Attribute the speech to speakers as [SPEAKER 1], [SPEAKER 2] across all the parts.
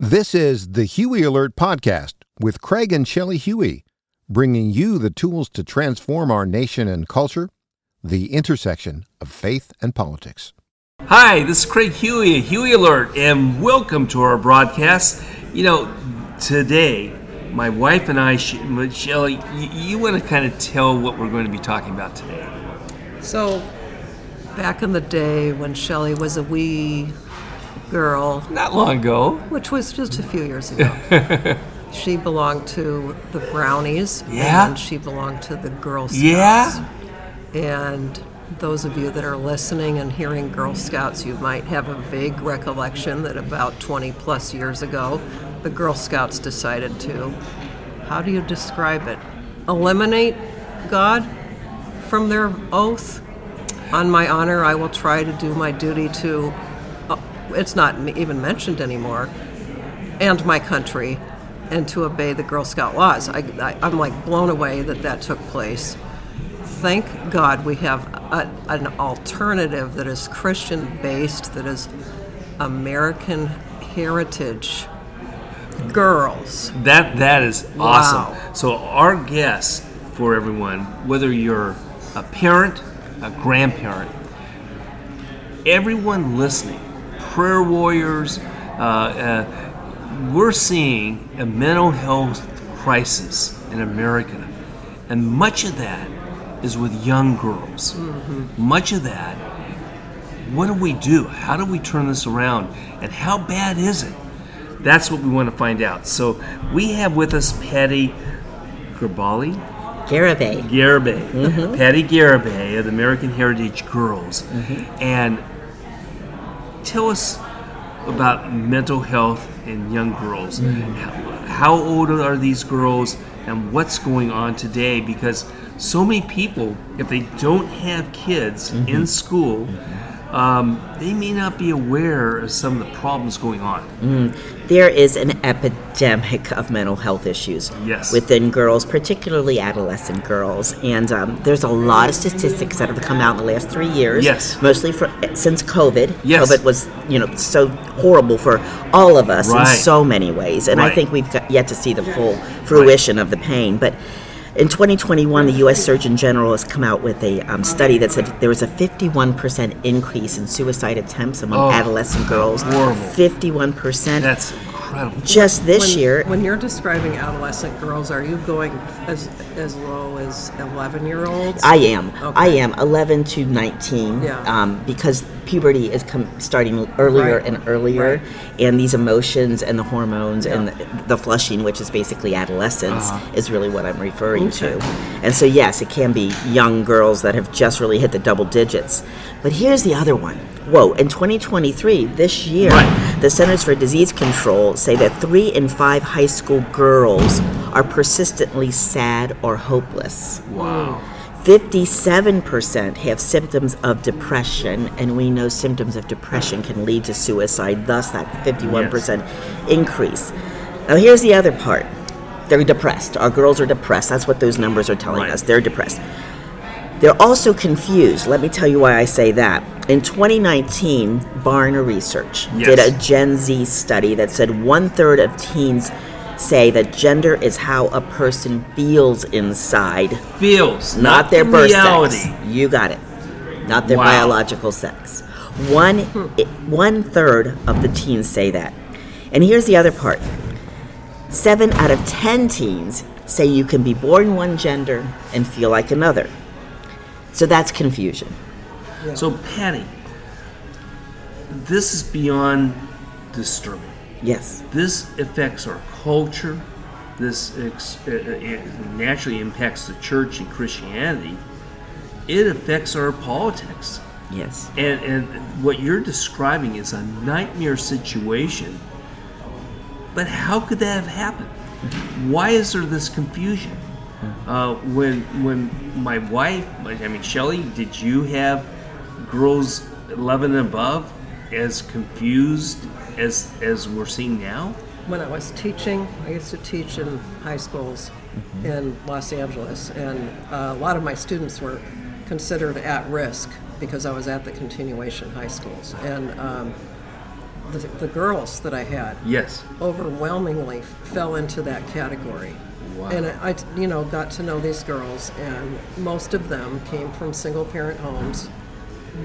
[SPEAKER 1] This is the Huey Alert Podcast with Craig and Shelley Huey, bringing you the tools to transform our nation and culture, the intersection of faith and politics.
[SPEAKER 2] Hi, this is Craig Huey, Huey Alert, and welcome to our broadcast. You know, today, my wife and I, she- Shelley, you, you want to kind of tell what we're going to be talking about today.
[SPEAKER 3] So, back in the day when Shelley was a wee girl,
[SPEAKER 2] Not long ago.
[SPEAKER 3] which was just a few years ago, she belonged to the Brownies.
[SPEAKER 2] Yeah.
[SPEAKER 3] And she belonged to the Girl Scouts.
[SPEAKER 2] Yeah.
[SPEAKER 3] And those of you that are listening and hearing Girl Scouts, you might have a vague recollection that about 20 plus years ago, the Girl Scouts decided to, how do you describe it? Eliminate God from their oath? On my honor, I will try to do my duty to, uh, it's not m- even mentioned anymore, and my country, and to obey the Girl Scout laws. I, I, I'm like blown away that that took place thank God we have a, an alternative that is Christian based, that is American heritage girls.
[SPEAKER 2] That That is awesome.
[SPEAKER 3] Wow.
[SPEAKER 2] So, our guest for everyone, whether you're a parent, a grandparent, everyone listening, prayer warriors, uh, uh, we're seeing a mental health crisis in America, and much of that is with young girls. Much of that. What do we do? How do we turn this around? And how bad is it? That's what we want to find out. So we have with us Patty Gerbali.
[SPEAKER 4] Garibay.
[SPEAKER 2] Garibay,
[SPEAKER 4] Mm-hmm.
[SPEAKER 2] Patty Garibay of the American Heritage Girls,
[SPEAKER 4] Mm-hmm.
[SPEAKER 2] and tell us about mental health in young girls.
[SPEAKER 4] Mm-hmm.
[SPEAKER 2] How, how old are these girls, and what's going on today? Because so many people, if they don't have kids
[SPEAKER 4] Mm-hmm.
[SPEAKER 2] in school, um, they may not be aware of some of the problems going on.
[SPEAKER 4] Mm-hmm. There is an epidemic of mental health issues
[SPEAKER 2] Yes.
[SPEAKER 4] within girls, particularly adolescent girls, and um, there's a lot of statistics that have come out in the last three years.
[SPEAKER 2] Yes.
[SPEAKER 4] mostly for, since COVID.
[SPEAKER 2] Yes.
[SPEAKER 4] COVID was you know so horrible for all of us in
[SPEAKER 2] Right.
[SPEAKER 4] so many ways, and
[SPEAKER 2] Right.
[SPEAKER 4] I think we've got yet to see the full fruition of the pain, but. In 2021, the U.S. Surgeon General has come out with a um, study that said there was a 51% increase in suicide attempts among
[SPEAKER 2] Oh,
[SPEAKER 4] adolescent girls.
[SPEAKER 2] horrible.
[SPEAKER 4] 51%.
[SPEAKER 2] That's incredible.
[SPEAKER 4] just this year.
[SPEAKER 3] When you're describing adolescent girls, are you going as, as low as 11 year olds?
[SPEAKER 4] I am.
[SPEAKER 3] Okay.
[SPEAKER 4] I am 11 to 19
[SPEAKER 3] Yeah.
[SPEAKER 4] um, because puberty is com- starting earlier
[SPEAKER 3] Right.
[SPEAKER 4] and earlier,
[SPEAKER 3] Right.
[SPEAKER 4] and these emotions and the hormones and the, the flushing, which is basically adolescence,
[SPEAKER 3] Uh-huh.
[SPEAKER 4] is really what I'm referring to. And so, yes, it can be young girls that have just really hit the double digits. But here's the other one. Whoa, in 2023, this year,
[SPEAKER 2] Right.
[SPEAKER 4] the Centers for Disease Control say that three in five high school girls are persistently sad or hopeless.
[SPEAKER 2] Wow.
[SPEAKER 4] 57% have symptoms of depression, and we know symptoms of depression can lead to suicide, thus, that 51% increase. Now, here's the other part they're depressed. Our girls are depressed. That's what those numbers are telling
[SPEAKER 2] Right.
[SPEAKER 4] us. They're depressed. They're also confused. Let me tell you why I say that. In 2019, Barna Research did
[SPEAKER 2] Yes.
[SPEAKER 4] a Gen Z study that said one third of teens say that gender is how a person feels inside
[SPEAKER 2] Feels
[SPEAKER 4] not their
[SPEAKER 2] the
[SPEAKER 4] birth
[SPEAKER 2] reality.
[SPEAKER 4] sex. You got it. Not their
[SPEAKER 2] Wow. Hmm.
[SPEAKER 4] biological sex. One one third of the teens say that. And here's the other part. Seven out of ten teens say you can be born one gender and feel like another. So that's confusion.
[SPEAKER 2] So, Patty, this is beyond disturbing.
[SPEAKER 4] Yes.
[SPEAKER 2] This affects our culture. This ex- uh, uh, naturally impacts the church and Christianity. It affects our politics.
[SPEAKER 4] Yes.
[SPEAKER 2] And, and what you're describing is a nightmare situation. But how could that have happened? Why is there this confusion? Uh, when when my wife, like, I mean Shelly, did you have girls 11 and above as confused as as we're seeing now?
[SPEAKER 3] when I was teaching, I used to teach in high schools in Los Angeles, and uh, a lot of my students were considered at risk because I was at the continuation high schools. And um, the, the girls that I had
[SPEAKER 2] Yes.
[SPEAKER 3] overwhelmingly fell into that category.
[SPEAKER 2] Wow.
[SPEAKER 3] And I, I, you know, got to know these girls, and most of them came from single parent homes.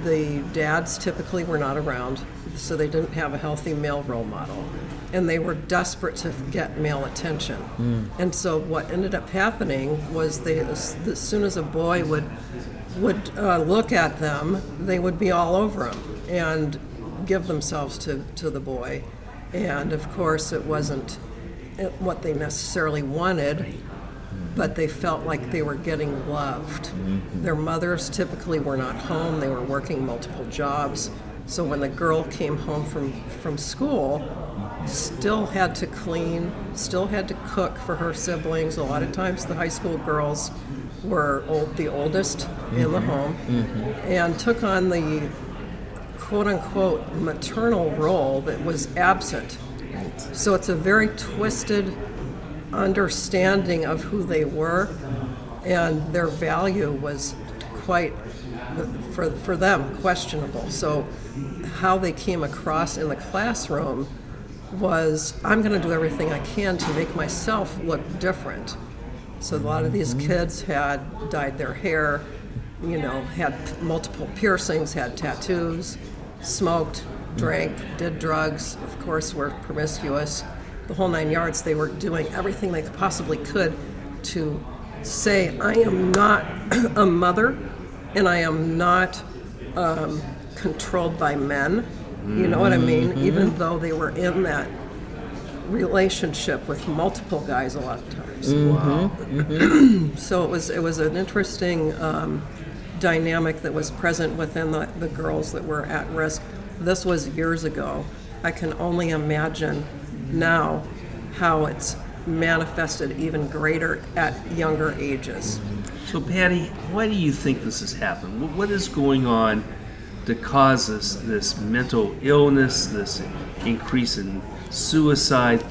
[SPEAKER 3] The dads typically were not around, so they didn't have a healthy male role model. And they were desperate to get male attention. And so what ended up happening was they, as as soon as a boy would, would uh, look at them, they would be all over him. And give themselves to, to the boy. And of course, it wasn't uh, what they necessarily wanted, but they felt like they were getting loved. Their mothers typically were not home, they were working multiple jobs. So when the girl came home from, from school, still had to clean, still had to cook for her siblings. A lot of times, the high school girls were old, the oldest in the home and took on the quote unquote maternal role that was absent. So it's a very twisted understanding of who they were, and their value was quite, for, for them, questionable. So how they came across in the classroom was I'm going to do everything I can to make myself look different. So a lot of these kids had dyed their hair, you know, had multiple piercings, had tattoos, smoked, drank, did drugs, of course, were promiscuous. The whole nine yards, they were doing everything they possibly could to say, I am not a mother and I am not um, controlled by men. You know what I mean? Even though they were in that relationship with multiple guys a lot of times. So it was it was an interesting um, dynamic that was present within the, the girls that were at risk. This was years ago. I can only imagine now how it's manifested even greater at younger ages.
[SPEAKER 2] So, Patty, why do you think this has happened? Wh- What is going on to cause this, this mental illness, this increase in suicide,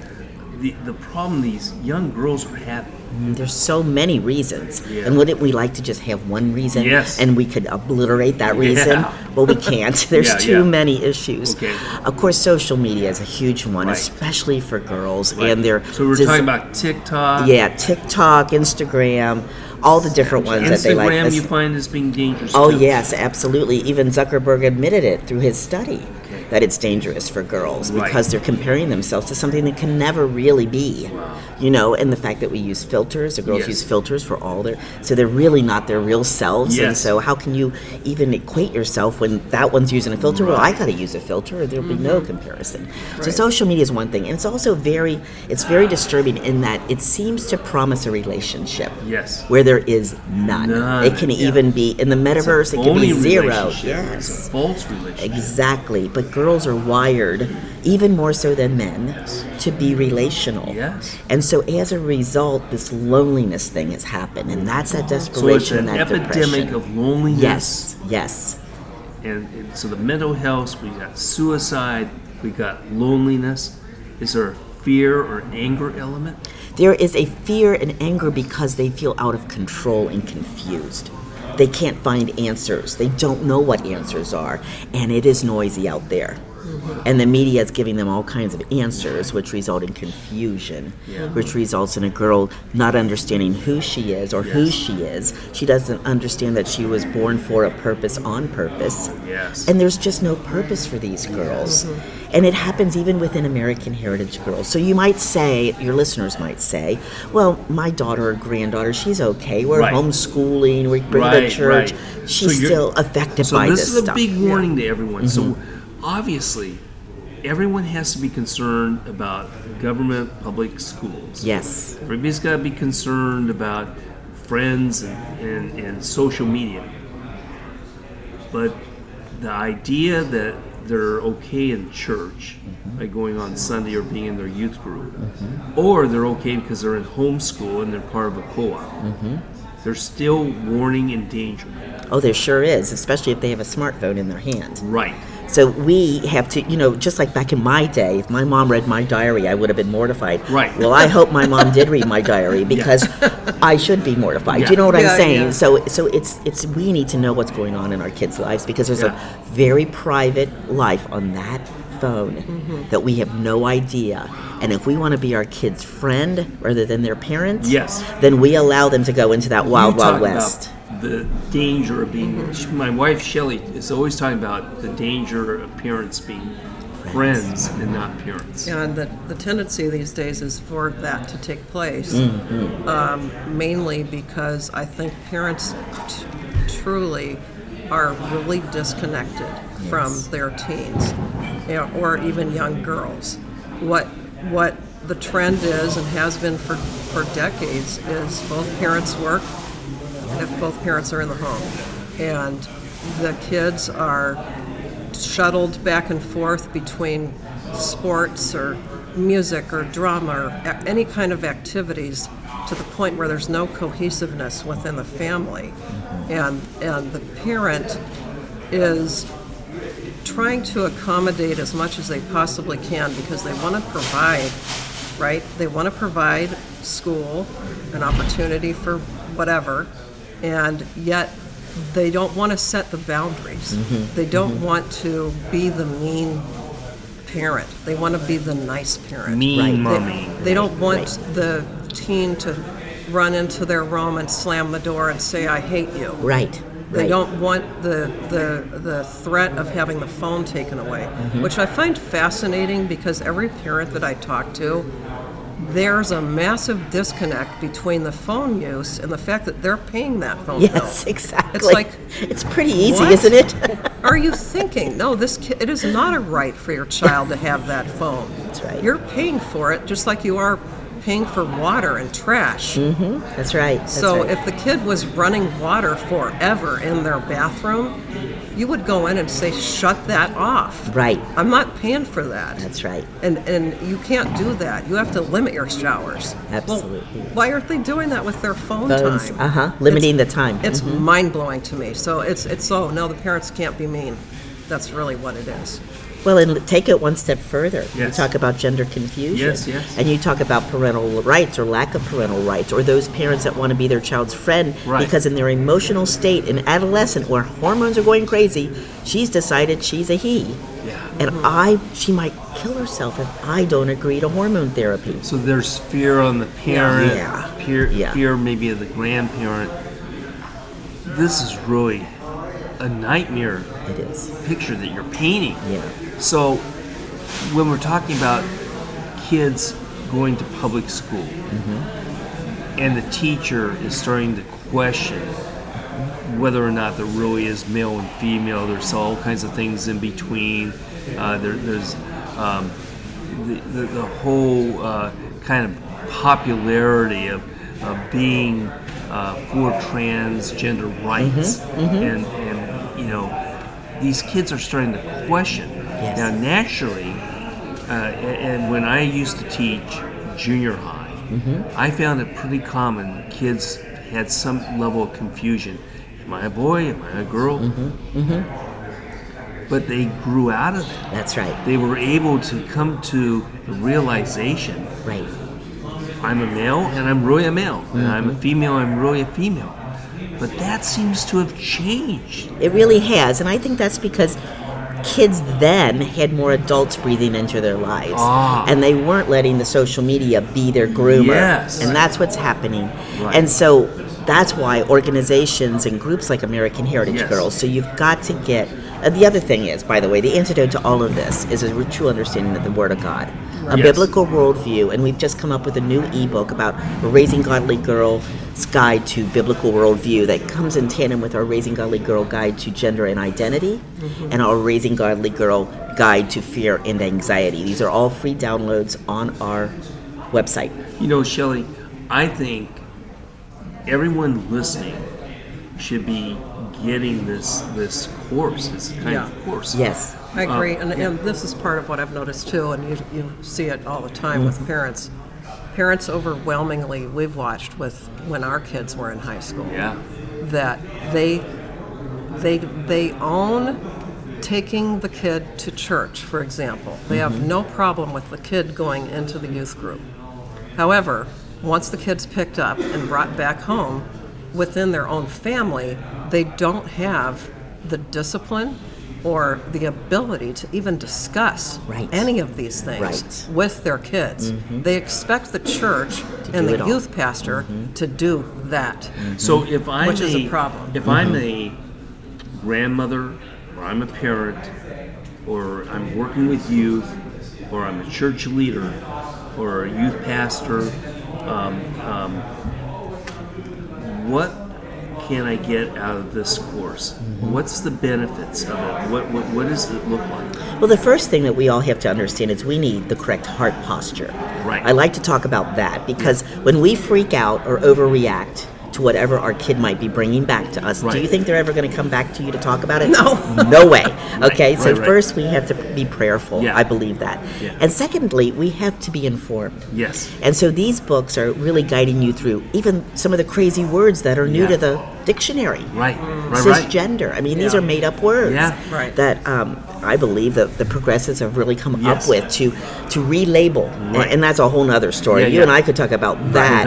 [SPEAKER 2] the, the problem these young girls are having?
[SPEAKER 4] There's so many reasons.
[SPEAKER 2] Yeah.
[SPEAKER 4] And wouldn't we like to just have one reason?
[SPEAKER 2] Yes.
[SPEAKER 4] And we could obliterate that reason?
[SPEAKER 2] Yeah.
[SPEAKER 4] Well, we can't. There's
[SPEAKER 2] Yeah,
[SPEAKER 4] too
[SPEAKER 2] yeah.
[SPEAKER 4] many issues.
[SPEAKER 2] Okay.
[SPEAKER 4] Of course, social media is a huge one,
[SPEAKER 2] Right.
[SPEAKER 4] especially for girls and their.
[SPEAKER 2] so we're
[SPEAKER 4] desi-
[SPEAKER 2] talking about TikTok.
[SPEAKER 4] Yeah, TikTok, Instagram, all the different ones that they like.
[SPEAKER 2] Instagram
[SPEAKER 4] It's-
[SPEAKER 2] you find is being dangerous.
[SPEAKER 4] Oh
[SPEAKER 2] too.
[SPEAKER 4] yes, absolutely. Even Zuckerberg admitted it through his study
[SPEAKER 2] Okay.
[SPEAKER 4] that it's dangerous for girls
[SPEAKER 2] Right.
[SPEAKER 4] because they're comparing themselves to something that can never really be. You know, and the fact that we use filters, the girls
[SPEAKER 2] Yes.
[SPEAKER 4] use filters for all their so they're really not their real selves. And
[SPEAKER 2] Yes.
[SPEAKER 4] so how can you even equate yourself when that one's using a filter? Well, I got to use a filter, or there'll be no
[SPEAKER 2] Mm-hmm.
[SPEAKER 4] comparison. So social media is one thing, and it's also very it's very disturbing in that it seems to promise a relationship
[SPEAKER 2] Yes.
[SPEAKER 4] where there is none.
[SPEAKER 2] None.
[SPEAKER 4] It can even be in the metaverse. It can
[SPEAKER 2] Phony
[SPEAKER 4] be zero.
[SPEAKER 2] relationship. It's
[SPEAKER 4] Yes.
[SPEAKER 2] a false relationship.
[SPEAKER 4] Exactly. But girls are wired, even more so than men,
[SPEAKER 2] Yes.
[SPEAKER 4] to be relational.
[SPEAKER 2] Yes.
[SPEAKER 4] And so as a result, this loneliness thing has happened. And that's that
[SPEAKER 2] So it's
[SPEAKER 4] desperation
[SPEAKER 2] an
[SPEAKER 4] and that
[SPEAKER 2] epidemic
[SPEAKER 4] depression.
[SPEAKER 2] of loneliness.
[SPEAKER 4] yes. Yes.
[SPEAKER 2] and, and so the mental health, we got suicide, we got loneliness. Is there a fear or anger element?
[SPEAKER 4] There is a fear and anger because they feel out of control and confused. They can't find answers. They don't know what answers are. And it is noisy out there.
[SPEAKER 2] Mm-hmm.
[SPEAKER 4] And the media is giving them all kinds of answers, which result in confusion, which results in a girl not understanding who she is or who
[SPEAKER 2] Yes.
[SPEAKER 4] she is. She doesn't understand that she was born for a purpose on purpose.
[SPEAKER 2] Yes.
[SPEAKER 4] And there's just no purpose for these girls.
[SPEAKER 2] Mm-hmm.
[SPEAKER 4] And it happens even within American Heritage Girls. So you might say, your listeners might say, well, my daughter or granddaughter, she's okay. We're
[SPEAKER 2] Right.
[SPEAKER 4] homeschooling, we bring her to
[SPEAKER 2] Right,
[SPEAKER 4] church.
[SPEAKER 2] right.
[SPEAKER 4] She's
[SPEAKER 2] So you're-
[SPEAKER 4] still affected
[SPEAKER 2] so
[SPEAKER 4] by
[SPEAKER 2] this,
[SPEAKER 4] this,
[SPEAKER 2] is a
[SPEAKER 4] stuff. Mm-hmm.
[SPEAKER 2] big warning to everyone. So obviously, everyone has to be concerned about government public schools.
[SPEAKER 4] Yes,
[SPEAKER 2] Everybody's got to be concerned about friends and, and, and social media. But the idea that they're okay in church by going on Sunday or being in their youth group, or they're okay because they're in homeschool and they're part of a co op, they're still warning and danger.
[SPEAKER 4] oh, there sure is, especially if they have a smartphone in their hand.
[SPEAKER 2] Right.
[SPEAKER 4] So we have to, you know, just like back in my day, if my mom read my diary, I would have been mortified.
[SPEAKER 2] Right.
[SPEAKER 4] Well, I hope my mom did read my diary because I should be mortified. Do
[SPEAKER 2] Yeah.
[SPEAKER 4] you know what
[SPEAKER 3] Yeah,
[SPEAKER 4] I'm saying?
[SPEAKER 3] yeah.
[SPEAKER 4] So, so it's it's we need to know what's going on in our kids' lives because there's
[SPEAKER 2] Yeah.
[SPEAKER 4] a very private life on that phone
[SPEAKER 3] Mm-hmm.
[SPEAKER 4] that we have no idea. And if we want to be our kid's friend rather than their parents,
[SPEAKER 2] Yes.
[SPEAKER 4] then we allow them to go into that wild,
[SPEAKER 2] You talk
[SPEAKER 4] wild west.
[SPEAKER 2] About the danger of being. My wife Shelley is always talking about the danger of parents being friends, and not parents.
[SPEAKER 3] Yeah, and the, the tendency these days is for that to take place, um, mainly because I think parents t- truly are really disconnected from their teens, you know, or even young girls. What what the trend is and has been for, for decades is both parents work if both parents are in the home, and the kids are shuttled back and forth between sports or music or drama or a- any kind of activities to the point where there's no cohesiveness within the family and and the parent is trying to accommodate as much as they possibly can because they want to provide, right? They want to provide school, an opportunity for whatever, and yet they don't want to set the boundaries. They don't want to be the mean parent. They want to be the nice parent.
[SPEAKER 2] Mean
[SPEAKER 4] Right.
[SPEAKER 2] mommy.
[SPEAKER 3] They, they don't want the teen to run into their room and slam the door and say, I hate you.
[SPEAKER 4] Right.
[SPEAKER 3] They
[SPEAKER 4] right.
[SPEAKER 3] don't want the, the, the threat of having the phone taken away,
[SPEAKER 4] Mm-hmm.
[SPEAKER 3] which I find fascinating because every parent that I talk to, there's a massive disconnect between the phone use and the fact that they're paying that phone
[SPEAKER 4] Yes,
[SPEAKER 3] bill.
[SPEAKER 4] exactly.
[SPEAKER 3] like,
[SPEAKER 4] it's pretty easy,
[SPEAKER 3] what?
[SPEAKER 4] isn't it?
[SPEAKER 3] Are you thinking? No, this kid, it is not a right for your child to have that phone. That's
[SPEAKER 4] right.
[SPEAKER 3] You're paying for it just like you are paying for water and trash.
[SPEAKER 4] That's right. That's
[SPEAKER 3] Mm-hmm. So
[SPEAKER 4] right.
[SPEAKER 3] if the kid was running water forever in their bathroom, you would go in and say, "Shut that off."
[SPEAKER 4] Right.
[SPEAKER 3] I'm not paying for that.
[SPEAKER 4] That's right.
[SPEAKER 3] And and you can't do that. You have to limit your showers. Well,
[SPEAKER 4] Absolutely.
[SPEAKER 3] why aren't they doing that with their phone
[SPEAKER 4] Phones,
[SPEAKER 3] time?
[SPEAKER 4] uh-huh, limiting
[SPEAKER 3] It's-
[SPEAKER 4] the time.
[SPEAKER 3] It's mind blowing to me. So it's it's oh no, the parents can't be mean. That's really what it is.
[SPEAKER 4] Mm-hmm. Well, and take it one step further. You
[SPEAKER 2] Yes.
[SPEAKER 4] talk about gender confusion.
[SPEAKER 2] Yes, yes.
[SPEAKER 4] And you talk about parental rights or lack of parental rights or those parents that want to be their child's friend
[SPEAKER 2] Right.
[SPEAKER 4] because in their emotional state in adolescent where hormones are going crazy, she's decided she's a he.
[SPEAKER 2] Yeah.
[SPEAKER 4] And
[SPEAKER 3] Mm-hmm.
[SPEAKER 4] I she might kill herself if I don't agree to hormone therapy.
[SPEAKER 2] So there's fear on the parent,
[SPEAKER 4] Yeah.
[SPEAKER 2] Fear,
[SPEAKER 4] Yeah.
[SPEAKER 2] fear maybe of the grandparent. This is really a nightmare
[SPEAKER 4] It is.
[SPEAKER 2] picture that you're painting.
[SPEAKER 4] Yeah.
[SPEAKER 2] So when we're talking about kids going to public school and the teacher is starting to question whether or not there really is male and female, there's all kinds of things in between. Uh, there, there's um, the, the, the whole uh, kind of popularity of, of being uh, for transgender rights and and you know these kids are starting to question
[SPEAKER 4] Yes.
[SPEAKER 2] now naturally uh, a- and when I used to teach junior high I found it pretty common kids had some level of confusion am I a boy am I a girl but they grew out of it
[SPEAKER 4] That's right.
[SPEAKER 2] they were able to come to the realization
[SPEAKER 4] Right.
[SPEAKER 2] I'm a male and I'm really a male, and I'm a female, I'm really a female. But that seems to have changed.
[SPEAKER 4] It really has, and I think that's because kids then had more adults breathing into their lives,
[SPEAKER 2] Ah.
[SPEAKER 4] and they weren't letting the social media be their groomer.
[SPEAKER 2] Yes.
[SPEAKER 4] and that's what's happening.
[SPEAKER 2] Right.
[SPEAKER 4] And so that's why organizations and groups like American Heritage
[SPEAKER 2] Yes.
[SPEAKER 4] Girls. So you've got to get. Uh, the other thing is, by the way, the antidote to all of this is a true understanding of the Word of God,
[SPEAKER 2] Yes.
[SPEAKER 4] a biblical worldview, and we've just come up with a new ebook about raising godly girl. Guide to Biblical Worldview that comes in tandem with our Raising Godly Girl Guide to Gender and Identity and our Raising Godly Girl Guide to Fear and Anxiety. These are all free downloads on our website.
[SPEAKER 2] You know, Shelley, I think everyone listening should be getting this this course, this kind of
[SPEAKER 3] Yeah.
[SPEAKER 2] course.
[SPEAKER 4] Yes.
[SPEAKER 3] I agree, and, and this is part of what I've noticed too, and you, you see it all the time with parents. Parents overwhelmingly, we've watched with when our kids were in high school.
[SPEAKER 2] Yeah.
[SPEAKER 3] that they they they own taking the kid to church for example they have
[SPEAKER 4] Mm-hmm.
[SPEAKER 3] no problem with the kid going into the youth group however once the kid's picked up and brought back home within their own family they don't have the discipline or the ability to even discuss
[SPEAKER 4] Right.
[SPEAKER 3] any of these things
[SPEAKER 4] Right. Mm-hmm.
[SPEAKER 3] with their kids. They expect the church and
[SPEAKER 4] do
[SPEAKER 3] the
[SPEAKER 4] it all. Mm-hmm.
[SPEAKER 3] youth pastor to do that.
[SPEAKER 2] So if I'm
[SPEAKER 3] Mm-hmm. Which is a
[SPEAKER 2] a-
[SPEAKER 3] problem. Mm-hmm.
[SPEAKER 2] If I'm a grandmother, or I'm a parent, or I'm working with youth, or I'm a church leader, or a youth pastor, um, um, what can I get out of this course?
[SPEAKER 3] Mm-hmm.
[SPEAKER 2] What's the benefits of it? What, what, what does it look like?
[SPEAKER 4] Well, the first thing that we all have to understand is we need the correct heart posture.
[SPEAKER 2] Right.
[SPEAKER 4] I like to talk about that because when we freak out or overreact to whatever our kid might be bringing back to us, do you
[SPEAKER 2] Right.
[SPEAKER 4] think they're ever going to come back to you to talk about it? No. no way. Okay, so
[SPEAKER 2] right, right.
[SPEAKER 4] first we have to be prayerful.
[SPEAKER 2] Yeah.
[SPEAKER 4] I believe that.
[SPEAKER 2] Yeah.
[SPEAKER 4] And secondly, we have to be informed.
[SPEAKER 2] Yes.
[SPEAKER 4] And so these books are really guiding you through even some of the crazy words that are new
[SPEAKER 2] Yeah.
[SPEAKER 4] to the dictionary
[SPEAKER 2] Right. Right. Right.
[SPEAKER 4] cisgender. I mean, these are made up words
[SPEAKER 2] Yeah.
[SPEAKER 3] Mm. Right.
[SPEAKER 4] that um, I believe that the progressives have really come
[SPEAKER 2] Yes.
[SPEAKER 4] up with to to relabel, A-
[SPEAKER 2] Right.
[SPEAKER 4] and that's a whole nother story.
[SPEAKER 2] Yeah,
[SPEAKER 4] you
[SPEAKER 2] yeah.
[SPEAKER 4] and I could talk about that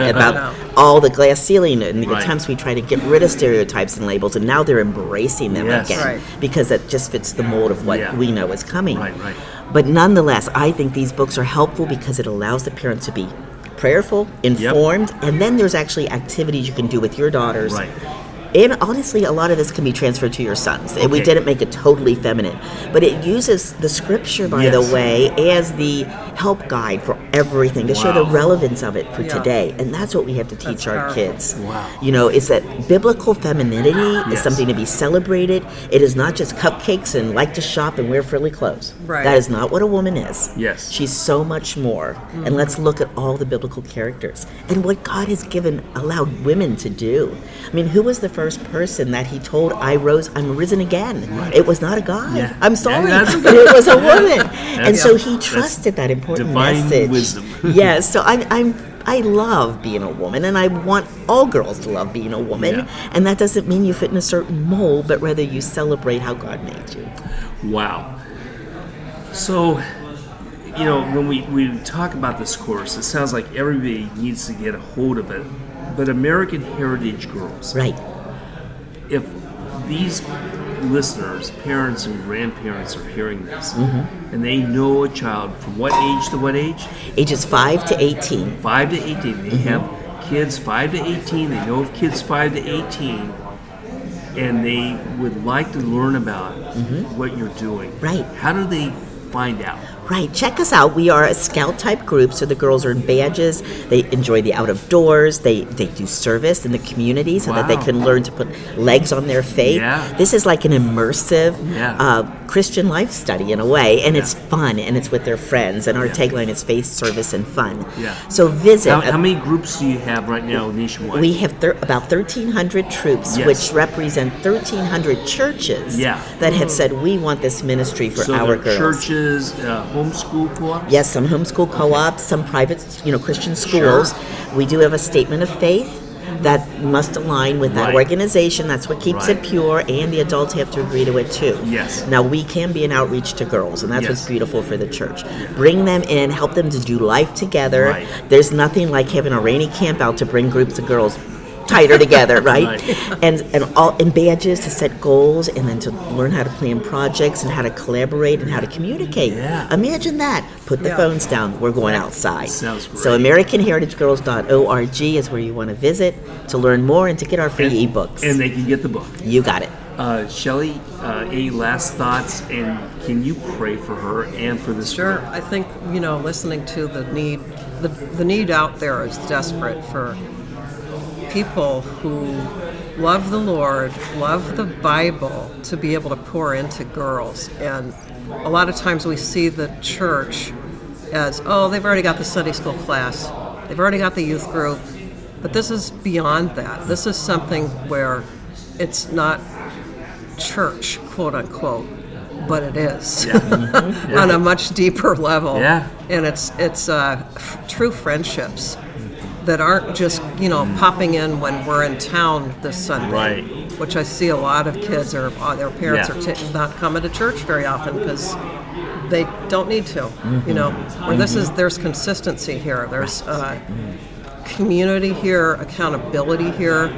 [SPEAKER 2] Right.
[SPEAKER 4] about
[SPEAKER 3] No.
[SPEAKER 4] all the glass ceiling and the
[SPEAKER 2] Right.
[SPEAKER 4] attempts we try to get rid of stereotypes and labels, and now they're embracing them
[SPEAKER 2] Yes.
[SPEAKER 4] again
[SPEAKER 3] Right.
[SPEAKER 4] because that just fits the mold of what
[SPEAKER 2] Yeah.
[SPEAKER 4] we know is coming.
[SPEAKER 2] Right, right.
[SPEAKER 4] But nonetheless, I think these books are helpful because it allows the parent to be prayerful, informed, and then there's actually activities you can do with your daughters
[SPEAKER 2] Right.
[SPEAKER 4] and honestly, a lot of this can be transferred to your sons. And we
[SPEAKER 2] Okay.
[SPEAKER 4] didn't make it totally feminine, but it uses the scripture, by
[SPEAKER 2] Yes.
[SPEAKER 4] the way, as the help guide for everything to show the
[SPEAKER 2] Wow.
[SPEAKER 4] relevance of it for
[SPEAKER 3] Yeah.
[SPEAKER 4] today. And that's what we have to teach
[SPEAKER 3] That's
[SPEAKER 4] our
[SPEAKER 3] powerful.
[SPEAKER 4] kids.
[SPEAKER 2] Wow.
[SPEAKER 4] You know, is that biblical femininity is
[SPEAKER 2] Yes.
[SPEAKER 4] something to be celebrated. It is not just cupcakes and like to shop and wear frilly clothes.
[SPEAKER 3] Right.
[SPEAKER 4] That is not what a woman is.
[SPEAKER 2] Yes.
[SPEAKER 4] She's so much more. And let's look at all the biblical characters and what God has given, allowed women to do. I mean, who was the first person that he told, I rose, I'm risen again? It was not a guy.
[SPEAKER 2] Yeah.
[SPEAKER 4] I'm sorry.
[SPEAKER 2] Yeah, that's-
[SPEAKER 4] but it was a woman. and so
[SPEAKER 2] That's-
[SPEAKER 4] he trusted that important
[SPEAKER 2] divine
[SPEAKER 4] message.
[SPEAKER 2] wisdom.
[SPEAKER 4] yes. So I'm, I'm, I love being a woman and I want all girls to love being a woman.
[SPEAKER 2] Yeah.
[SPEAKER 4] And that doesn't mean you fit in a certain mold, but rather you celebrate how God made you.
[SPEAKER 2] Wow. So, you know, when we, we talk about this course, it sounds like everybody needs to get a hold of it. But American Heritage Girls,
[SPEAKER 4] Right.
[SPEAKER 2] if these listeners, parents and grandparents are hearing this, and they know a child from what age to what age?
[SPEAKER 4] Ages 5 to 18.
[SPEAKER 2] 5 to 18. They have kids 5 to 18. They know of kids 5 to 18. And they would like to learn about what you're doing.
[SPEAKER 4] Right.
[SPEAKER 2] How do they find out?
[SPEAKER 4] Right, check us out. We are a scout type group, so the girls are in badges. They enjoy the out of doors. They they do service in the community so that they
[SPEAKER 2] Wow.
[SPEAKER 4] can learn to put legs on their faith.
[SPEAKER 2] Yeah.
[SPEAKER 4] This is like an immersive
[SPEAKER 2] Yeah.
[SPEAKER 4] uh, Christian life study in a way, and it's fun and it's with their friends. And our
[SPEAKER 2] Yeah.
[SPEAKER 4] tagline is faith, service, and fun.
[SPEAKER 2] Yeah.
[SPEAKER 4] So visit.
[SPEAKER 2] How,
[SPEAKER 4] a-
[SPEAKER 2] how many groups do you have right now nationwide?
[SPEAKER 4] we have thir- about 1,300 troops,
[SPEAKER 2] Yes.
[SPEAKER 4] which represent 1,300 churches
[SPEAKER 2] Yeah. Mm.
[SPEAKER 4] that have said, we want this ministry for
[SPEAKER 2] so
[SPEAKER 4] our
[SPEAKER 2] there are
[SPEAKER 4] girls.
[SPEAKER 2] churches, uh, homeschool co-ops.
[SPEAKER 4] Yes, some homeschool co-ops, some private, you know, Christian schools. We do have a statement of faith that must align with that
[SPEAKER 2] Right.
[SPEAKER 4] organization. That's what keeps it
[SPEAKER 2] Right.
[SPEAKER 4] pure, and the adults have to agree to it too.
[SPEAKER 2] Yes.
[SPEAKER 4] Now we can be an outreach to girls, and that's what's
[SPEAKER 2] Yes.
[SPEAKER 4] beautiful for the church. Bring them in, help them to do life together.
[SPEAKER 2] Right.
[SPEAKER 4] There's nothing like having a rainy camp out to bring groups of girls tighter together, right?
[SPEAKER 2] Right.
[SPEAKER 4] And and all and badges to set goals and then to learn how to plan projects and how to collaborate and how to communicate.
[SPEAKER 2] Yeah.
[SPEAKER 4] Imagine that. Put the
[SPEAKER 3] Yeah.
[SPEAKER 4] phones down. We're going outside.
[SPEAKER 2] Sounds great.
[SPEAKER 4] So AmericanHeritageGirls.org is where you want to visit to learn more and to get our free
[SPEAKER 2] and,
[SPEAKER 4] ebooks.
[SPEAKER 2] and they can get the book.
[SPEAKER 4] you got it.
[SPEAKER 2] Uh, Shelly, uh, any last thoughts? And can you pray for her and for this?
[SPEAKER 3] Sure,
[SPEAKER 2] girl?
[SPEAKER 3] I think you know, listening to the need, the, the need out there is desperate for people who love the Lord, love the Bible, to be able to pour into girls. And a lot of times we see the church as, oh, they've already got the Sunday school class, they've already got the youth group, but this is beyond that. This is something where it's not church, quote unquote, but it is on a much deeper level.
[SPEAKER 2] Mm-hmm. Yeah.
[SPEAKER 3] And it's it's uh, f- true friendships that aren't just you know
[SPEAKER 2] Mm.
[SPEAKER 3] popping in when we're in town this Sunday.
[SPEAKER 2] Right.
[SPEAKER 3] Which I see a lot of kids or uh, their parents
[SPEAKER 2] Yeah.
[SPEAKER 3] are t- not coming to church very often because they don't need to.
[SPEAKER 2] Mm-hmm.
[SPEAKER 3] You know, where this is there's consistency here. There's uh, community here, accountability here.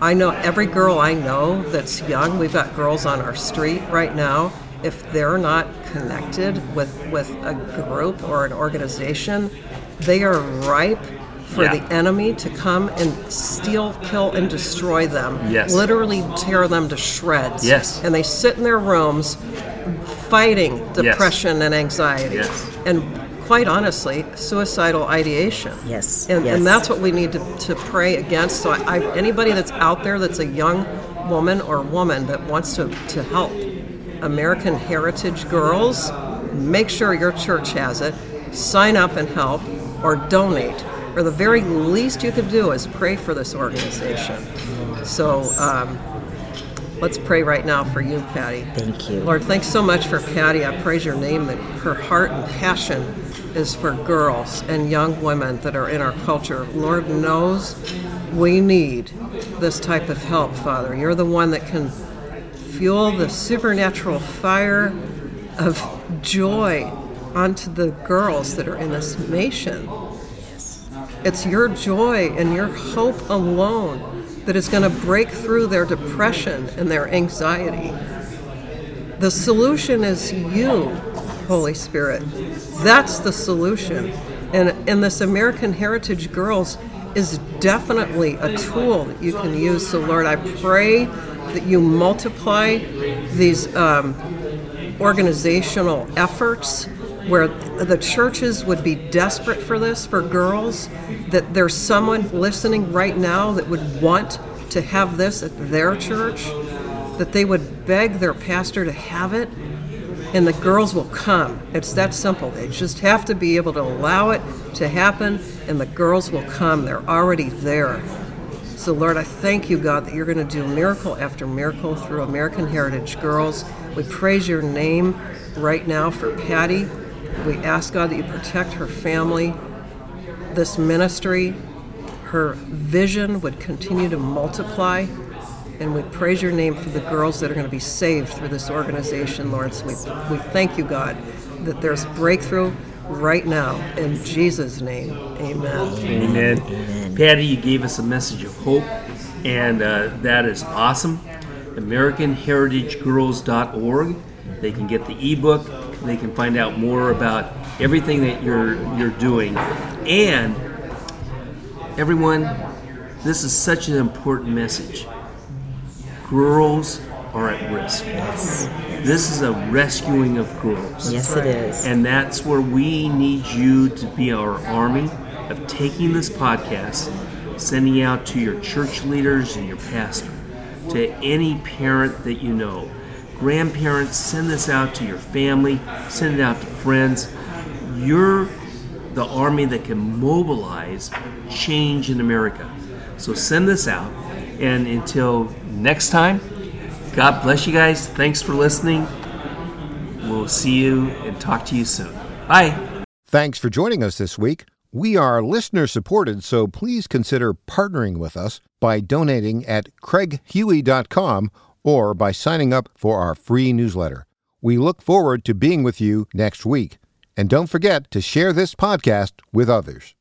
[SPEAKER 3] I know every girl I know that's young, we've got girls on our street right now if they're not connected with, with a group or an organization, they are ripe for
[SPEAKER 2] Yeah.
[SPEAKER 3] the enemy to come and steal, kill, and destroy them.
[SPEAKER 2] Yes.
[SPEAKER 3] Literally tear them to shreds.
[SPEAKER 2] Yes.
[SPEAKER 3] And they sit in their rooms fighting depression and anxiety.
[SPEAKER 2] Yes.
[SPEAKER 3] And quite honestly, suicidal ideation.
[SPEAKER 4] Yes,
[SPEAKER 3] And,
[SPEAKER 4] yes.
[SPEAKER 3] and that's what we need to, to pray against. So I, I, anybody that's out there that's a young woman or woman that wants to, to help American Heritage girls, make sure your church has it. Sign up and help or donate. Or the very least you could do is pray for this organization. So um, let's pray right now for you, Patty.
[SPEAKER 4] Thank you.
[SPEAKER 3] Lord, thanks so much for Patty. I praise your name that her heart and passion is for girls and young women that are in our culture. Lord knows we need this type of help, Father. You're the one that can fuel the supernatural fire of joy onto the girls that are in this nation. It's your joy and your hope alone that is going to break through their depression and their anxiety. The solution is you, Holy Spirit. That's the solution. And, and this American Heritage Girls is definitely a tool that you can use. So, Lord, I pray that you multiply these um, organizational efforts where the churches would be desperate for this for girls, that there's someone listening right now that would want to have this at their church, that they would beg their pastor to have it, and the girls will come. It's that simple. They just have to be able to allow it to happen, and the girls will come. They're already there. So, Lord, I thank you, God, that you're going to do miracle after miracle through American Heritage Girls. We praise your name right now for Patty. We ask, God, that you protect her family, this ministry, her vision would continue to multiply. And we praise your name for the girls that are going to be saved through this organization, Lawrence. We, we thank you, God, that there's breakthrough right now. In Jesus' name, amen.
[SPEAKER 2] Amen. Patty, you gave us a message of hope, and uh, that is awesome. AmericanHeritageGirls.org. They can get the ebook. They can find out more about everything that you're you're doing, and everyone, this is such an important message. Girls are at risk.
[SPEAKER 4] Yes,
[SPEAKER 2] This is a rescuing of girls.
[SPEAKER 4] yes, it is.
[SPEAKER 2] And that's where we need you to be our army of taking this podcast, sending out to your church leaders and your pastor, to any parent that you know. Grandparents, send this out to your family, send it out to friends. You're the army that can mobilize change in America. So send this out. And until next time, God bless you guys. Thanks for listening. We'll see you and talk to you soon. Bye.
[SPEAKER 1] Thanks for joining us this week. We are listener supported, so please consider partnering with us by donating at craighewey.com or by signing up for our free newsletter. We look forward to being with you next week. And don't forget to share this podcast with others.